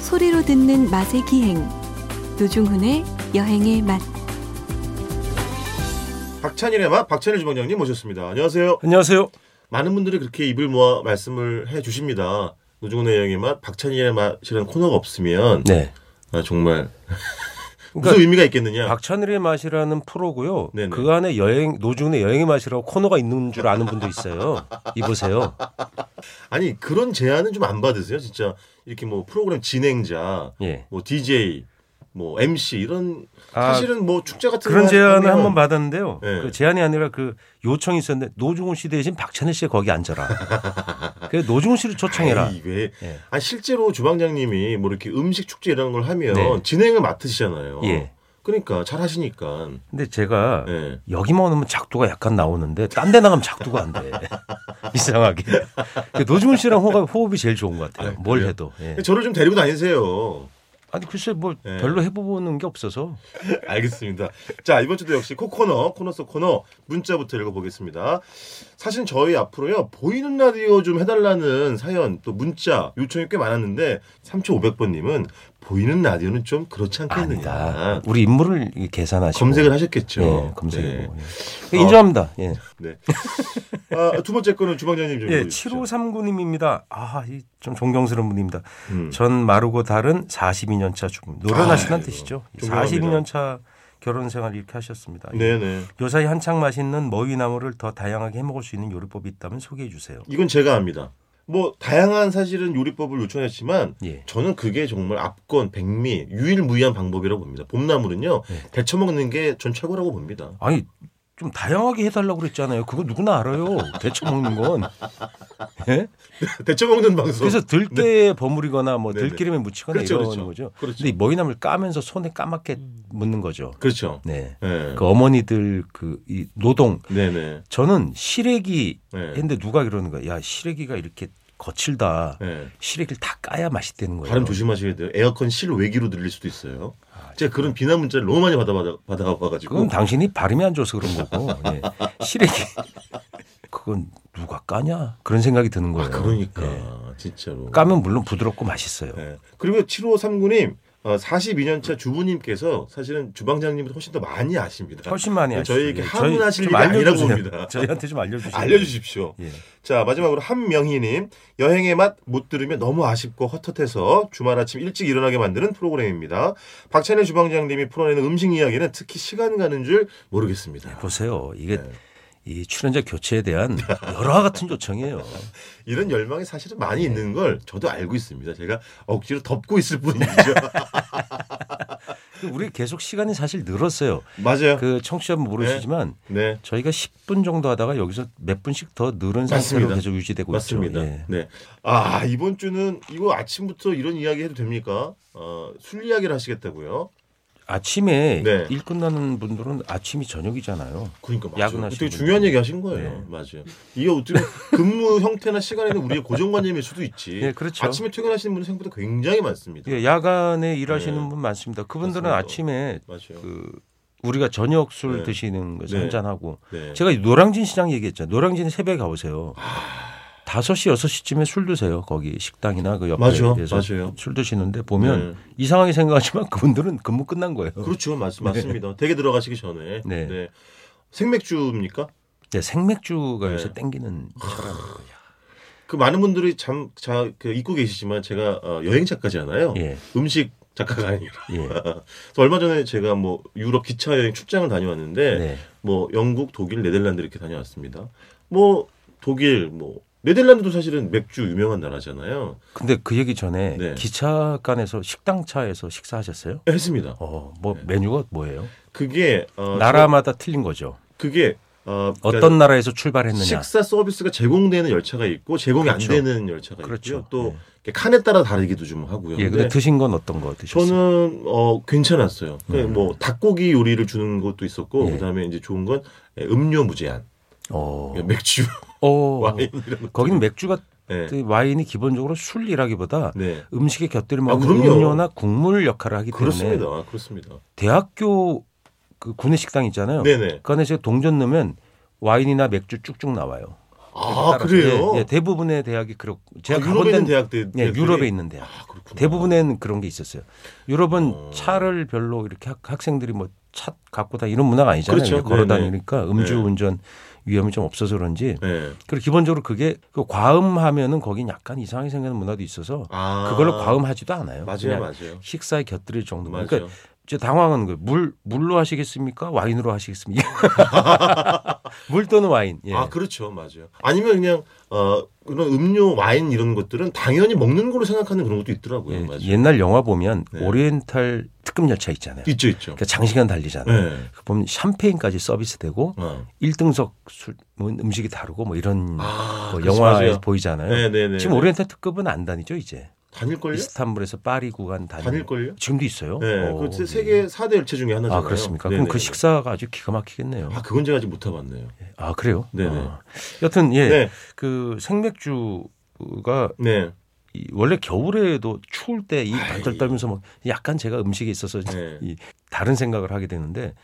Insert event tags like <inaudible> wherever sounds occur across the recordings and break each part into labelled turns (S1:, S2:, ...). S1: 소리로 듣는 맛의 기행 노중훈의 여행의 맛
S2: 박찬일의 맛 박찬일 주방장님 모셨습니다. 안녕하세요.
S3: 안녕하세요.
S2: 많은 분들이 그렇게 입을 모아 말씀을 해 주십니다. 노중훈의 여행의 맛 박찬일의 맛이라는 코너가 없으면
S3: 네.
S2: 아, 정말 무슨
S3: 그러니까
S2: 의미가 있겠느냐.
S3: 박찬일의 맛이라는 프로고요.
S2: 네네.
S3: 그 안에 여행 노중의 여행의 맛이라고 코너가 있는 줄 아는 분도 있어요. 이보세요.
S2: 아니 그런 제안은 좀 안 받으세요. 진짜 이렇게 뭐 프로그램 진행자,
S3: 예.
S2: 뭐 DJ, 뭐 MC 이런
S3: 아,
S2: 사실은 뭐 축제 같은
S3: 그런
S2: 거
S3: 제안을
S2: 하면
S3: 한번 받았는데요.
S2: 네.
S3: 그 제안이 아니라 그 요청이 있었는데 노중훈 씨 대신 박찬일 씨 거기 앉아라. 그래 노중훈 씨를 초청해라.
S2: 아니, 왜?
S3: 예.
S2: 아 실제로 주방장님이 뭐 이렇게 음식 축제 이런 걸 하면
S3: 네.
S2: 진행을 맡으시잖아요.
S3: 예.
S2: 그러니까 잘 하시니까.
S3: 근데 제가
S2: 예.
S3: 여기만 오면 작두가 약간 나오는데 딴 데 나가면 작두가 안 돼. <laughs> 이상하게. 그 노중훈 씨랑 호흡, 호흡이 제일 좋은 것 같아요.
S2: 아,
S3: 뭘
S2: 그래요?
S3: 해도. 예.
S2: 저를 좀 데리고 다니세요.
S3: 아니 글쎄 뭐
S2: 예.
S3: 별로 해보는 게 없어서.
S2: 알겠습니다. 자 이번 주도 역시 코코너 코너 속 코너 문자부터 읽어보겠습니다. 사실 저희 앞으로요 보이는 라디오 좀 해달라는 사연 또 문자 요청이 꽤 많았는데 3,500번님은 보이는 라디오는 좀 그렇지 않겠느냐
S3: 아니다. 우리 인물을 계산하시고
S2: 검색을 하셨겠죠. 어.
S3: 예,
S2: 네.
S3: 검색이고 예. 인정합니다. 예.
S2: 네. 아, 두 번째 거는 주방장님 좀
S3: 예,
S2: 읽어주시죠.
S3: 7539님입니다. 아, 이 좀 존경스러운 분입니다.
S2: 음.
S3: 전 마르고 다른 42년 차 죽음. 노련하시다는
S2: 아이고, 예.
S3: 뜻이죠.
S2: 존경합니다.
S3: 42년 차 결혼 생활 이렇게 하셨습니다.
S2: 네네.
S3: 요사이 한창 맛있는 머위나무를 더 다양하게 해먹을 수 있는 요리법이 있다면 소개해 주세요.
S2: 이건 제가 합니다. 뭐 다양한 사실은 요리법을 요청했지만
S3: 예.
S2: 저는 그게 정말 압권, 백미, 유일무이한 방법이라고 봅니다. 봄나물은요
S3: 예.
S2: 데쳐 먹는 게 전 최고라고 봅니다. <laughs>
S3: 아니 좀 다양하게 해달라고 그랬잖아요. 그거 누구나 알아요. 대처 먹는 건. 예?
S2: 데쳐 먹는 방송.
S3: 그래서 들깨에 버무리거나 뭐
S2: 네네.
S3: 들기름에 묻히거나
S2: 그렇죠,
S3: 이런
S2: 그렇죠.
S3: 거죠.
S2: 그렇죠.
S3: 근데 이 머위나물 까면서 손에 까맣게 묻는 거죠.
S2: 그렇죠.
S3: 네.
S2: 네.
S3: 그 어머니들 그 이 노동
S2: 네네.
S3: 저는 시래기
S2: 네.
S3: 했는데 누가 그러는 거야. 야, 시래기가 이렇게 거칠다.
S2: 네.
S3: 시래기를 다 까야 맛있다는 거예요. 아,
S2: 발음 조심하셔야 돼요. 에어컨 실 외기로 들릴 수도 있어요. 제가 그런 비난 문자를 너무 많이 받아 받아 받아와가지고.
S3: 그건 당신이 발음이 안 좋아서 그런 거고. 예. 시래기 그건 누가 까냐? 그런 생각이 드는 거예요.
S2: 아, 그러니까
S3: 예.
S2: 진짜로.
S3: 까면 물론 부드럽고 맛있어요.
S2: 네. 그리고 7539님, 42년차 주부님께서 사실은 주방장님보다 훨씬 더 많이 아십니다.
S3: 훨씬 많이 아시죠.
S2: 네, 저희에게
S3: 예.
S2: 하문하실
S3: 좀
S2: 일이 아니라고
S3: 알려주세요.
S2: 봅니다.
S3: <laughs> 저희한테 좀 알려주세요.
S2: <laughs> 알려주십시오.
S3: 예.
S2: 자, 마지막으로 한명희님, 여행의 맛 못 들으면 너무 아쉽고 헛헛해서 주말 아침 일찍 일어나게 만드는 프로그램입니다. 박찬일 주방장님이 풀어내는 음식 이야기는 특히 시간 가는 줄
S3: 예,
S2: 모르겠습니다.
S3: 보세요. 이게
S2: 네.
S3: 이 출연자 교체에 대한 열화 같은 요청이에요.
S2: 이런 열망이 사실은
S3: 예.
S2: 많이 있는 걸 저도 알고 있습니다. 제가 억지로 덮고 있을
S3: <laughs>
S2: 뿐이죠. <laughs>
S3: 그 우리 계속 시간이 사실 늘었어요.
S2: 맞아요.
S3: 그 청취자분 모르시지만
S2: 네.
S3: 저희가 10분 정도 하다가 여기서 몇 분씩 더 늘은 상태로
S2: 맞습니다.
S3: 계속 유지되고
S2: 맞습니다.
S3: 있죠. 예.
S2: 네. 아 이번 주는 이거 아침부터 이런 이야기 해도 됩니까? 어술 이야기를 하시겠다고요?
S3: 아침에
S2: 네.
S3: 일 끝나는 분들은 아침이 저녁이잖아요.
S2: 그러니까 맞아요.
S3: 야근하시는
S2: 되게
S3: 분들.
S2: 중요한 얘기 하신 거예요.
S3: 네.
S2: 맞아요. 이게 어떻게 근무 <laughs> 형태나 시간에는 우리의 고정관념일 수도 있지.
S3: 네, 그렇죠.
S2: 아침에 퇴근하시는 분은 생각보다 굉장히 많습니다.
S3: 예, 야간에 일하시는
S2: 네.
S3: 분 많습니다. 그분들은
S2: 맞습니다.
S3: 아침에
S2: 맞아요.
S3: 그 우리가 저녁 술
S2: 네.
S3: 드시는 거에서
S2: 네.
S3: 한잔 하고
S2: 네.
S3: 제가 이 노량진 시장 얘기했잖아요. 노량진 새벽에 가보세요. 5시, 6시쯤에 술 드세요. 거기 식당이나 그 옆에
S2: 맞아요.
S3: 데서
S2: 맞아요.
S3: 술 드시는데 보면
S2: 네.
S3: 이상하게 생각하지만 <laughs> 그분들은 근무 끝난 거예요.
S2: 그렇죠. 맞, 맞습니다. 댁에 들어가시기 전에.
S3: 네.
S2: 생맥주입니까?
S3: 네, 생맥주가
S2: 네.
S3: 요새 땡기는 저라는 거예요.
S2: 그 많은 분들이 참, 자, 그 잊고 계시지만 제가 어, 여행 작가잖아요.
S3: 예.
S2: 음식 작가가 아니라.
S3: 예.
S2: <laughs> 그래서 얼마 전에 제가 뭐 유럽 기차 여행 출장을 다녀왔는데
S3: 네.
S2: 뭐 영국, 독일, 네덜란드 이렇게 다녀왔습니다. 뭐 독일, 뭐 네덜란드도 사실은 맥주 유명한 나라잖아요.
S3: 근데 그 얘기 전에
S2: 네.
S3: 기차간에서 식당차에서 식사하셨어요?
S2: 했습니다.
S3: 어, 뭐
S2: 네.
S3: 메뉴가 뭐예요?
S2: 그게 어,
S3: 나라마다 틀린 거죠.
S2: 그게 어, 그러니까
S3: 어떤 나라에서 출발했느냐.
S2: 식사 서비스가 제공되는 열차가 있고 제공이
S3: 그렇죠.
S2: 안 되는 열차가
S3: 그렇죠.
S2: 있고요. 또
S3: 네.
S2: 이렇게 칸에 따라 다르기도 좀 하고요.
S3: 예, 근데
S2: 근데
S3: 드신 건 어떤 거 드셨어요?
S2: 저는 어 괜찮았어요. 그러니까
S3: 음.
S2: 뭐 닭고기 요리를 주는 것도 있었고
S3: 예.
S2: 그다음에 이제 좋은 건 예, 음료 무제한,
S3: 어.
S2: 그러니까 맥주,
S3: 어.
S2: 와인 이런 것.
S3: 거기는 맥주가
S2: 네.
S3: 와인이 기본적으로
S2: <laughs>
S3: 술이라기보다
S2: 네.
S3: 음식에 곁들여
S2: 아,
S3: 먹는
S2: 그럼요.
S3: 음료나 국물 역할을 하기 때문에
S2: 네. 그렇습니다. 그렇습니다.
S3: 대학교 그 구내 식당 있잖아요.
S2: 네네.
S3: 그 안에 제가 동전 넣으면 와인이나 맥주 쭉쭉 나와요.
S2: 아
S3: 따라서.
S2: 그래요?
S3: 예, 예, 대부분의 대학이 그렇고 제가
S2: 아,
S3: 가본
S2: 유럽에 있는
S3: 데는
S2: 대학들
S3: 예,
S2: 대학들이?
S3: 유럽에 있는 대학.
S2: 아 그렇구나.
S3: 대부분엔 그런 게 있었어요. 유럽은
S2: 어.
S3: 차를 별로 이렇게 학- 학생들이 뭐 차 갖고 다 이런 문화가 아니잖아요.
S2: 그렇죠.
S3: 걸어
S2: 네네.
S3: 다니니까 음주 운전 위험이 좀 없어서 그런지.
S2: 네.
S3: 그리고 기본적으로 그게 그 과음하면은 거긴 약간 이상하게 생기는 문화도 있어서
S2: 아
S3: 그걸로 과음하지도 않아요.
S2: 맞아요,
S3: 그냥
S2: 맞아요.
S3: 식사에 곁들일 정도만.
S2: 맞아요.
S3: 그러니까 이제 당황하는 거예요. 물 물로 하시겠습니까? 와인으로 하시겠습니까? <laughs> 물 또는 와인. 예.
S2: 아 그렇죠, 맞아요. 아니면 그냥 어 그런 음료, 와인 이런 것들은 당연히 먹는 걸로 생각하는 그런 것도 있더라고요.
S3: 예,
S2: 맞아요.
S3: 옛날 영화 보면
S2: 네.
S3: 오리엔탈 특급 열차 있잖아요.
S2: 있죠, 있죠.
S3: 그러니까 장시간 달리잖아요.
S2: 네.
S3: 그 보면 샴페인까지 서비스되고
S2: 어.
S3: 1등석 술, 뭐 음식이 다르고 뭐 이런
S2: 아,
S3: 거
S2: 그렇죠,
S3: 영화에서
S2: 맞아요.
S3: 보이잖아요.
S2: 네, 네, 네.
S3: 지금 오리엔탈 특급은 안 다니죠 이제
S2: 다닐 걸요?
S3: 이스탄불에서 파리 구간 다니
S2: 다닐 걸요?
S3: 지금도 있어요.
S2: 네,
S3: 어,
S2: 그
S3: 예.
S2: 세계 4대 열차 중에 하나잖아요.
S3: 아 그렇습니까?
S2: 네네.
S3: 그럼 그 식사가 아주 기가 막히겠네요.
S2: 아 그건 제가 아직 못 타봤네요.
S3: 아 그래요?
S2: 네네.
S3: 아. 여튼 예,
S2: 네,
S3: 그 생맥주가
S2: 네,
S3: 이- 원래 겨울에도 추울 때 이 발달
S2: 아이.
S3: 떨면서 막 약간 제가 음식에 있어서
S2: 네.
S3: 이 다른 생각을 하게 되는데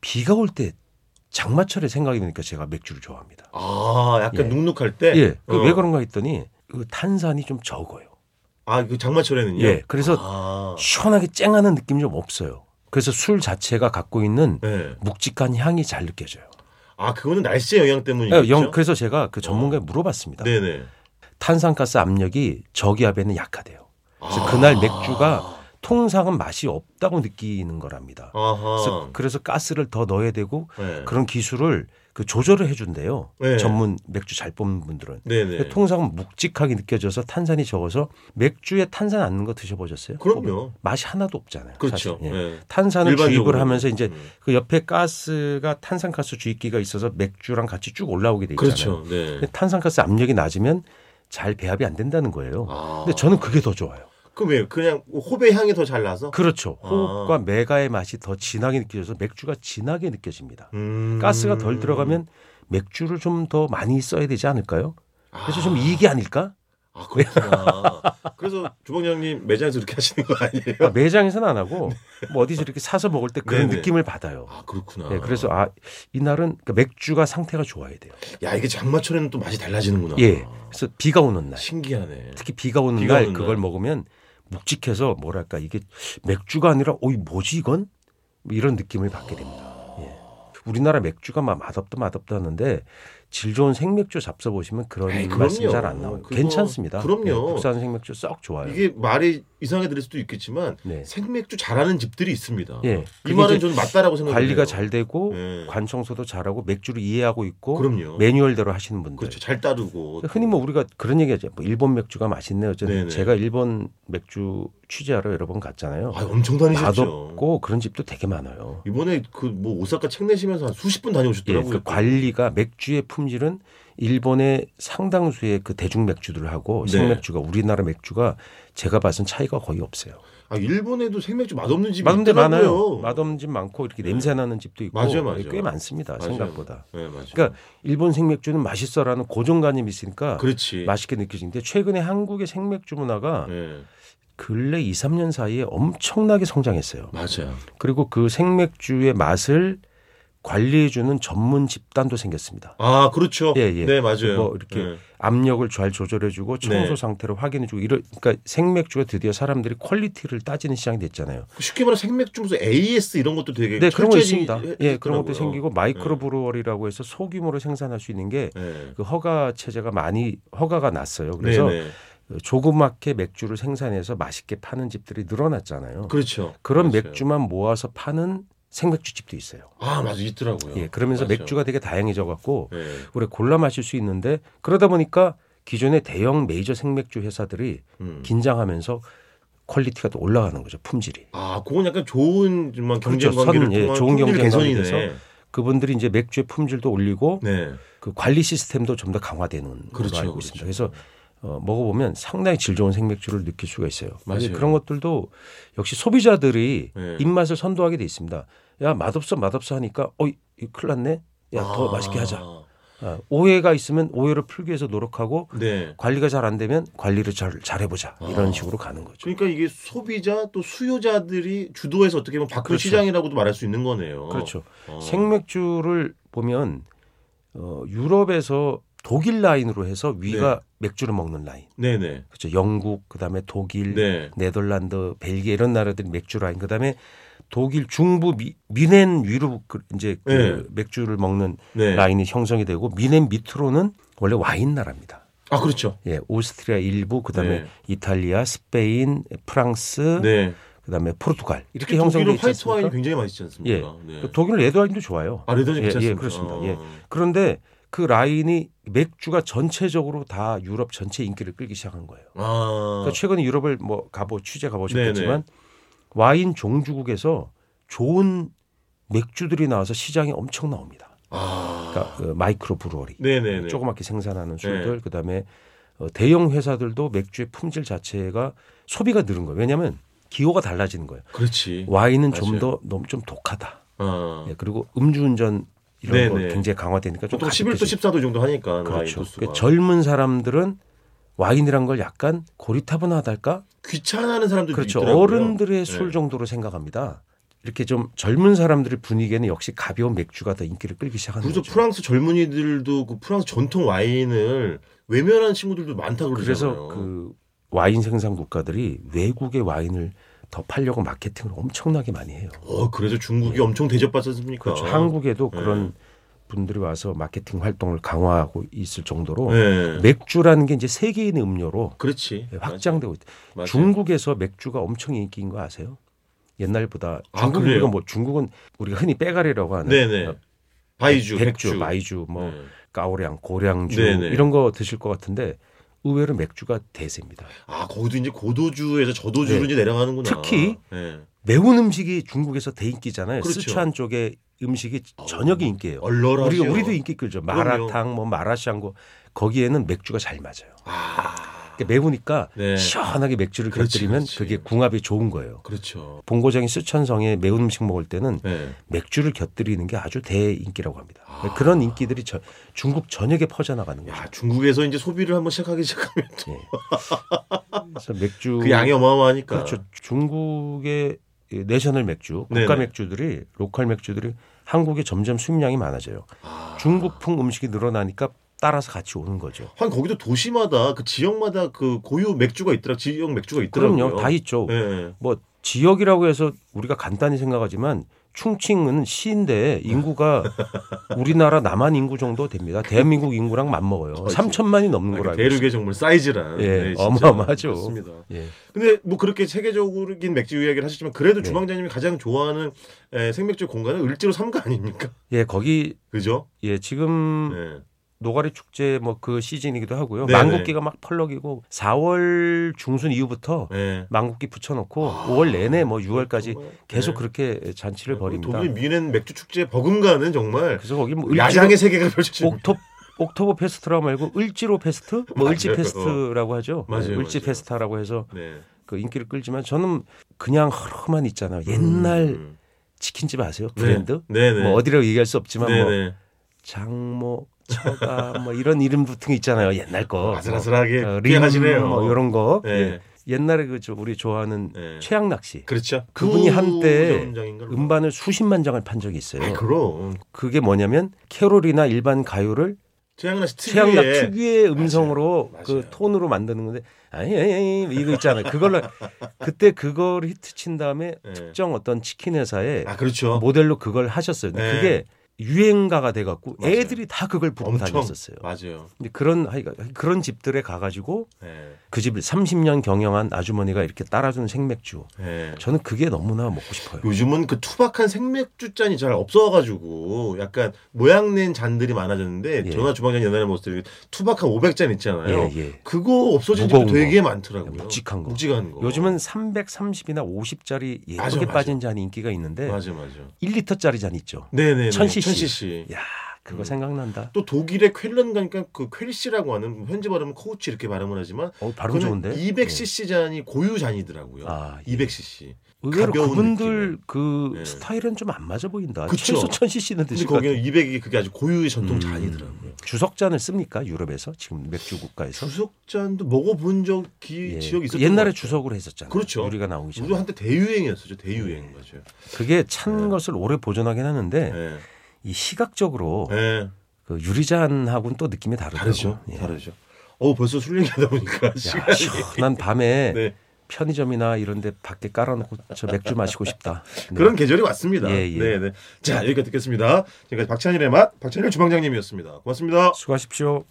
S3: 비가 올 때 장마철에 생각이 드니까 제가 맥주를 좋아합니다.
S2: 아 약간
S3: 예.
S2: 눅눅할 때.
S3: 예, 그
S2: 어.
S3: 왜 그런가 했더니 그 탄산이 좀 적어요.
S2: 아그 장마철에는요.
S3: 예, 그래서
S2: 아,
S3: 시원하게 쨍하는 느낌이 좀 없어요. 그래서 술 자체가 갖고 있는
S2: 네.
S3: 묵직한 향이 잘 느껴져요.
S2: 아 그거는 날씨의 영향 때문이겠죠.
S3: 예, 영- 그래서 제가 그 전문가에 물어봤습니다.
S2: 네, 그렇죠? 네네.
S3: 탄산가스 압력이 저기압에는 약하대요. 그래서
S2: 아.
S3: 그날 맥주가 통상은 맛이 없다고 느끼는 거랍니다. 그래서,
S2: 아하.
S3: 그래서 가스를 더 넣어야 되고
S2: 네.
S3: 그런 기술을 그 조절을 해준대요.
S2: 네.
S3: 전문 맥주 잘 뽑는 분들은.
S2: 네네.
S3: 통상은 묵직하게 느껴져서 탄산이 적어서 맥주에 탄산 안 넣는 거 드셔보셨어요?
S2: 그럼요.
S3: 맛이 하나도 없잖아요.
S2: 그렇죠.
S3: 사실. 예.
S2: 네.
S3: 탄산을
S2: 일반적으로.
S3: 주입을 하면서 이제
S2: 음.
S3: 그 옆에 가스가 탄산가스 주입기가 있어서 맥주랑 같이 쭉 올라오게 돼
S2: 그렇죠.
S3: 있잖아요.
S2: 네.
S3: 근데 탄산가스 압력이 낮으면 잘 배합이 안 된다는 거예요.
S2: 아.
S3: 근데 저는 그게 더 좋아요.
S2: 그럼 왜 그냥 호배 향이 더 잘 나서?
S3: 그렇죠.
S2: 아.
S3: 호흡과 메가의 맛이 더 진하게 느껴져서 맥주가 진하게 느껴집니다.
S2: 음.
S3: 가스가 덜 들어가면 맥주를 좀 더 많이 써야 되지 않을까요? 그래서 좀
S2: 아.
S3: 이익이 아닐까?
S2: 아 그렇구나. <laughs> 그래서 주방장님 매장에서 이렇게 하시는 거 아니에요?
S3: 그러니까 매장에서는 안
S2: <laughs>
S3: 하고 뭐 어디서 이렇게 사서 먹을 때 그런
S2: 네. 네네.
S3: 느낌을 받아요.
S2: 아 그렇구나.
S3: 예, 그래서 아 이날은 그러니까 맥주가 상태가 좋아야 돼요.
S2: 야 이게 장마철에는 또 맛이 달라지는구나.
S3: 예. 그래서 비가 오는 날,
S2: 신기하네.
S3: 특히 비가 오는
S2: 비가
S3: 날
S2: 오는
S3: 그걸
S2: 날.
S3: 먹으면 묵직해서 뭐랄까 이게 맥주가 아니라 어이 뭐지 이건 뭐 이런 느낌을 받게 됩니다. 예. 우리나라 맥주가 막 맛없다 맛없다 하는데 질 좋은 생맥주 잡숴 보시면 그런
S2: 에이,
S3: 말씀
S2: 그럼요.
S3: 잘 안 나와요.
S2: 그거-
S3: 괜찮습니다.
S2: 그럼요.
S3: 예, 국산 생맥주 썩 좋아요.
S2: 이게 말이 이상하게 들릴 수도 있겠지만
S3: 네.
S2: 생맥주 잘하는 집들이 있습니다.
S3: 예.
S2: 이
S3: 그게
S2: 말은
S3: 이제
S2: 저는 맞다라고 생각해요.
S3: 관리가 잘 되고
S2: 예.
S3: 관청소도 잘하고 맥주를 이해하고 있고
S2: 그럼요.
S3: 매뉴얼대로 하시는 분들.
S2: 그렇죠. 잘 따르고
S3: 흔히 뭐 우리가 그런 얘기하죠. 뭐 일본 맥주가 맛있네요. 어쨌든
S2: 네네.
S3: 제가 일본 맥주 취재하러 여러 번 갔잖아요.
S2: 아, 엄청 다니셨죠.
S3: 맛없고 그런 집도 되게 많아요.
S2: 이번에 그 뭐 오사카 책 내시면서 한 수십 분
S3: 예,
S2: 다녀오셨더라고요.
S3: 그 관리가 맥주의 품질은 일본의 상당수의 그 대중 맥주들하고
S2: 네.
S3: 생맥주가 우리나라 맥주가 제가 봐선 차이가 거의 없어요.
S2: 아 일본에도 생맥주 맛없는 집이
S3: 맛없는 데 많아요.
S2: 있더라고요.
S3: 맛없는 집 많고 이렇게
S2: 네.
S3: 냄새 나는 집도 있고
S2: 맞아요, 맞아요.
S3: 꽤 많습니다.
S2: 맞아요.
S3: 생각보다.
S2: 네, 맞아요.
S3: 그러니까 일본 생맥주는 맛있어라는 고정관념이 있으니까
S2: 그렇지.
S3: 맛있게 느껴지는데 최근에 한국의 생맥주 문화가
S2: 네,
S3: 근래 2, 3년 사이에 엄청나게 성장했어요.
S2: 맞아요.
S3: 그리고 그 생맥주의 맛을 관리해주는 전문 집단도 생겼습니다.
S2: 아 그렇죠.
S3: 예, 예.
S2: 네 맞아요.
S3: 뭐 이렇게
S2: 네.
S3: 압력을 잘 조절해주고 청소
S2: 네.
S3: 상태를 확인해주고 이러 그러니까 생맥주가 드디어 사람들이 퀄리티를 따지는 시장이 됐잖아요.
S2: 쉽게 말해 생맥주 무슨 AS 이런 것도 되게
S3: 네 그런 거
S2: 예, 철저히
S3: 있습니다.
S2: 해-
S3: 예 그런 것도
S2: 했더라고요.
S3: 생기고 마이크로 브루어리라고 해서 소규모로 생산할 수 있는 게 그
S2: 네.
S3: 허가 체제가 많이 허가가 났어요. 그래서
S2: 네, 네.
S3: 조그맣게 맥주를 생산해서 맛있게 파는 집들이 늘어났잖아요.
S2: 그렇죠.
S3: 그런
S2: 맞아요.
S3: 맥주만 모아서 파는 생맥주집도 있어요.
S2: 아 맞아 있더라고요.
S3: 예, 그러면서
S2: 맞아요.
S3: 맥주가 되게 다양해져 갖고
S2: 네.
S3: 우리 골라 마실 수 있는데 그러다 보니까 기존의 대형 메이저 생맥주 회사들이
S2: 음.
S3: 긴장하면서 퀄리티가 또 올라가는 거죠 품질이.
S2: 아 그건 약간 좋은 정말 경쟁
S3: 그렇죠.
S2: 관계를
S3: 선, 예,
S2: 통한
S3: 좋은
S2: 품질
S3: 경쟁
S2: 개선이네.
S3: 관계에서. 그분들이 이제 맥주의 품질도 올리고
S2: 네.
S3: 그 관리 시스템도 좀 더 강화되는
S2: 그렇죠,
S3: 걸로 알고
S2: 그렇죠.
S3: 있습니다. 그래서 어, 먹어보면 상당히 질 좋은 생맥주를 느낄 수가 있어요. 그래서
S2: 맞아요.
S3: 그런 것들도 역시 소비자들이
S2: 네.
S3: 입맛을 선도하게 돼 있습니다. 야 맛없어 맛없어 하니까 어이 이거 큰일 났네. 야 더
S2: 아.
S3: 맛있게 하자. 아, 오해가 있으면 오해를 풀기 위해서 노력하고
S2: 네.
S3: 관리가 잘 안 되면 관리를 잘, 잘 해보자 이런 식으로 가는 거죠.
S2: 아. 그러니까 이게 소비자 또 수요자들이 주도해서 어떻게 보면 바꾼
S3: 그렇죠.
S2: 시장이라고도 말할 수 있는 거네요.
S3: 그렇죠.
S2: 어.
S3: 생맥주를 보면 어, 유럽에서 독일 라인으로 해서 위가
S2: 네.
S3: 맥주를 먹는 라인.
S2: 네네.
S3: 그렇죠. 영국, 그다음에 독일,
S2: 네.
S3: 네덜란드, 벨기에 이런 나라들이 맥주 라인. 그다음에 독일 중부 미, 미넨 위로 그 이제 그
S2: 네.
S3: 맥주를 먹는
S2: 네.
S3: 라인이 형성이 되고 미넨 밑으로는 원래 와인 나라입니다.
S2: 아 그렇죠.
S3: 예, 오스트리아 일부, 그다음에
S2: 네.
S3: 이탈리아, 스페인, 프랑스,
S2: 네.
S3: 그다음에 포르투갈 이렇게
S2: 특히
S3: 형성돼
S2: 그렇죠. 독일은
S3: 있지
S2: 화이트 와인이
S3: 않습니까? 그
S2: 굉장히 맛있지 않습니까? 네.
S3: 독일 레드 와인도 좋아요.
S2: 아 레더는
S3: 예,
S2: 괜찮습니다.
S3: 예, 그렇습니다.
S2: 어.
S3: 예. 그런데 그 라인이 맥주가 전체적으로 다 유럽 전체 인기를 끌기 시작한 거예요.
S2: 아.
S3: 그러니까 최근에 유럽을 뭐 가보 취재
S2: 네네.
S3: 가보셨겠지만 와인 종주국에서 좋은 맥주들이 나와서 시장에 엄청 나옵니다.
S2: 아.
S3: 그러니까 그 마이크로 브루어리
S2: 네네네.
S3: 조그맣게 생산하는 술들 그다음에 어, 대형 회사들도 맥주의 품질 자체가 소비가 늘은 거예요. 왜냐하면 기호가 달라지는 거예요.
S2: 그렇지.
S3: 와인은
S2: 음. 맞아요.
S3: 좀 더 너무 좀 독하다.
S2: 아.
S3: 예, 그리고 음주운전 이런 거
S2: 네네.
S3: 굉장히 강화되니까 좀
S2: 보통
S3: 가볍게
S2: 11도
S3: 좀-
S2: 14도 정도 하니까 와인
S3: 그렇죠.
S2: 도수가.
S3: 그러니까 젊은 사람들은 와인이란 걸 약간 고리타분하달까?
S2: 귀찮아하는 사람들도
S3: 그렇죠.
S2: 네, 있더라고요.
S3: 어른들의 술
S2: 네.
S3: 정도로 생각합니다. 이렇게 좀 젊은 사람들의 분위기에는 역시 가벼운 맥주가 더 인기를 끌기 시작하는
S2: 그래서
S3: 거죠.
S2: 프랑스 젊은이들도 그 프랑스 전통 와인을 외면한 친구들도 많다 고
S3: 그래서
S2: 그러잖아요.
S3: 그 와인 생산 국가들이 외국의 와인을 더 팔려고 마케팅을 엄청나게 많이 해요.
S2: 어, 그래서 중국이 엄청 대접받았습니까?
S3: 예. 그렇죠. 한국에도
S2: 네.
S3: 그런 분들이 와서 마케팅 활동을 강화하고 있을 정도로
S2: 네.
S3: 맥주라는 게 이제 세계인의 음료로
S2: 그렇지.
S3: 예, 확장되고 있다.
S2: 맞아요.
S3: 중국에서 맥주가 엄청 인기인 거 아세요? 옛날보다
S2: 아,
S3: 중국
S2: 그래요?
S3: 우리가 뭐 중국은 우리가 흔히 빼가리라고 하는
S2: 네네. 바이주,
S3: 아, 백주,
S2: 백주.
S3: 마이주, 뭐
S2: 네.
S3: 까오량, 고량주
S2: 네네.
S3: 이런 거 드실 것 같은데 의외로 맥주가 대세입니다.
S2: 아, 거기도 이제 고도주에서 저도주로
S3: 네.
S2: 이제 내려가는구나.
S3: 특히
S2: 네.
S3: 매운 음식이 중국에서 대인기잖아요.
S2: 그렇죠. 어,
S3: 스촨 쪽의 음식이 저녁이 인기예요.
S2: 얼얼하죠.
S3: 우리 우리도 인기 끌죠.
S2: 그럼요.
S3: 마라탕, 뭐 마라샹궈 거기에는 맥주가 잘 맞아요.
S2: 아,
S3: 그러니까 매우니까
S2: 네.
S3: 시원하게 맥주를
S2: 그렇지,
S3: 곁들이면
S2: 그렇지.
S3: 그게 궁합이 좋은 거예요.
S2: 그렇죠.
S3: 본고장이 스촨성에 매운 음식 먹을 때는
S2: 네.
S3: 맥주를 곁들이는 게 아주 대인기라고 합니다. 그런 인기들이 저- 중국 전역에 퍼져나가는 거죠.
S2: 야, 중국에서 이제 소비를 한번 시작하기 <laughs> 시작하면 또
S3: 예. 그래서 맥주
S2: 그 양이 어마어마하니까.
S3: 그렇죠. 중국의 이 내셔널 맥주, 국가
S2: 네네.
S3: 맥주들이 로컬 맥주들이 한국에 점점 수입량이 많아져요.
S2: 아.
S3: 중국풍 음식이 늘어나니까 따라서 같이 오는 거죠.
S2: 한 거기도 도시마다 그 지역마다 그 고유 맥주가 있더라 지역 맥주가 있더라고요.
S3: 그럼요, 다 있죠.
S2: 예.
S3: 뭐 지역이라고 해서 우리가 간단히 생각하지만 충칭은 시인데 인구가
S2: <laughs>
S3: 우리나라 남한 인구 정도 됩니다. 대한민국 인구랑 맞먹어요.
S2: 거의
S3: 3천만이 넘는
S2: 아,
S3: 거라고.
S2: 대륙의 정말 사이즈란.
S3: 예,
S2: 네, 진짜
S3: 어마어마하죠.
S2: 그렇습니다.
S3: 예.
S2: 근데 뭐 그렇게 세계적인 맥주 이야기를 하셨지만 그래도
S3: 네.
S2: 주방장님이 가장 좋아하는 에, 생맥주 공간은 을지로 삼가 아닙니까?
S3: 예, 거기
S2: 그죠?
S3: 예, 지금
S2: 예.
S3: 노가리 축제 뭐 그 시즌이기도 하고요.
S2: 네네.
S3: 망국기가 막 펄럭이고 4월 중순 이후부터
S2: 예.
S3: 망국기 붙여놓고 5월 내내 뭐 6월까지
S2: 정말,
S3: 계속
S2: 아. 네.
S3: 그렇게 잔치를 벌입니다.
S2: 독일 미넨 맥주 축제 버금가는 정말
S3: 그래서 거기 뭐
S2: 야장의 세계가 펼쳐집니다.
S3: 옥토 옥토버 페스트라 말고 을지로 페스트, 뭐 을지
S2: 맞아요.
S3: 페스트라고 하죠.
S2: 맞아요,
S3: 네, 을지
S2: 맞아요.
S3: 페스타라고 해서
S2: 네.
S3: 그 인기를 끌지만 저는 그냥 허름한 있잖아요. 옛날
S2: 음.
S3: 치킨집 아세요?
S2: 네.
S3: 브랜드?
S2: 네네.
S3: 뭐 어디라고 얘기할 수 없지만 뭐
S2: 네네.
S3: 장모, 처가 뭐 이런 이름 붙은 게 있잖아요. 옛날 거. 뭐.
S2: 아슬아슬하게
S3: 림
S2: 귀하시네요.
S3: 뭐 이런 거.
S2: 네.
S3: 예. 옛날에 그 저 우리 좋아하는
S2: 네.
S3: 최양락 씨
S2: 그렇죠.
S3: 그분이 한때
S2: 구점장인가?
S3: 음반을 네. 수십만 장을 판 적이 있어요.
S2: 아, 그럼
S3: 그게 뭐냐면 캐롤이나 일반 가요를
S2: 최양락 씨 특유의
S3: 최양락 특유의 음성으로
S2: 맞아요.
S3: 그
S2: 맞아요.
S3: 톤으로 만드는 건데 아이 아이 아이 이거 있잖아요. 그걸로 그때 그걸 히트 친 다음에
S2: 네.
S3: 특정 어떤 치킨 회사에
S2: 아 그렇죠.
S3: 모델로 그걸 하셨어요. 근데
S2: 네.
S3: 그게 유행가가 돼 갖고
S2: 맞아요.
S3: 애들이 다 그걸 부르고 다녔었어요.
S2: 맞아요.
S3: 근데 그런 하여간 그런 집들에 가 가지고
S2: 네.
S3: 그 집을 30년 경영한 아주머니가 이렇게 따라주는 생맥주.
S2: 네.
S3: 저는 그게 너무나 먹고 싶어요.
S2: 요즘은 그 투박한 생맥주 잔이 잘 없어가지고 약간 모양낸 잔들이 많아졌는데
S3: 예.
S2: 전화 주방장 옛날에 먹었을 때 투박한 500잔 있잖아요.
S3: 예, 예.
S2: 그거 없어진 집도
S3: 무거운 거.
S2: 되게 많더라고요.
S3: 묵직한 거.
S2: 묵직한 거.
S3: 요즘은 330이나 50짜리 예쁘게
S2: 맞아, 맞아.
S3: 빠진 잔이 인기가 있는데
S2: 맞아 맞아.
S3: 1리터짜리 잔 있죠.
S2: 네네네.
S3: 1000cc.
S2: 천시씨.
S3: 야, 그거
S2: 음.
S3: 생각난다.
S2: 또 독일의 쾰른 가니까 그 쾰시라고 하는 현지 발음은 코우치 이렇게 발음을 하지만
S3: 어, 발음 좋은데. 네.
S2: 200cc 잔이 고유 잔이더라고요.
S3: 아, 예.
S2: 200cc.
S3: 의외로
S2: 가벼운
S3: 그분들 그
S2: 예.
S3: 스타일은 좀 안 맞아 보인다.
S2: 그쵸.
S3: 최소 1000cc는
S2: 근데
S3: 드실 것 같아요.
S2: 거기는 200이 그게 아주 고유의 전통
S3: 음.
S2: 잔이더라고요.
S3: 주석잔을 씁니까? 유럽에서 지금 맥주 국가에서?
S2: 주석잔도 먹어본 적이
S3: 예.
S2: 지역이 있었던
S3: 옛날에
S2: 것 같아요.
S3: 주석으로 했었잖아요.
S2: 그렇죠.
S3: 우리가 나오기 전에.
S2: 우리 한때 대유행이었었죠.
S3: 음.
S2: 대유행 맞아요.
S3: 그게 찬 것을 오래 보존하긴 하는데
S2: 예.
S3: 이 시각적으로
S2: 예.
S3: 그 유리잔하고는 또 느낌이 다르더라고요.
S2: 다르죠.
S3: 예.
S2: 다르죠. 어 벌써 술 얘기하다 보니까
S3: 야,
S2: <laughs> 시간이.
S3: 시원한 밤에
S2: 네.
S3: 편의점이나 이런 데 밖에 깔아놓고 저 맥주 마시고 싶다. 네.
S2: 그런 계절이 왔습니다.
S3: 예, 예.
S2: 네, 네. 자, 여기까지 듣겠습니다. 지금까지 박찬일의 맛, 박찬일 주방장님이었습니다. 고맙습니다.
S3: 네. 수고하십시오.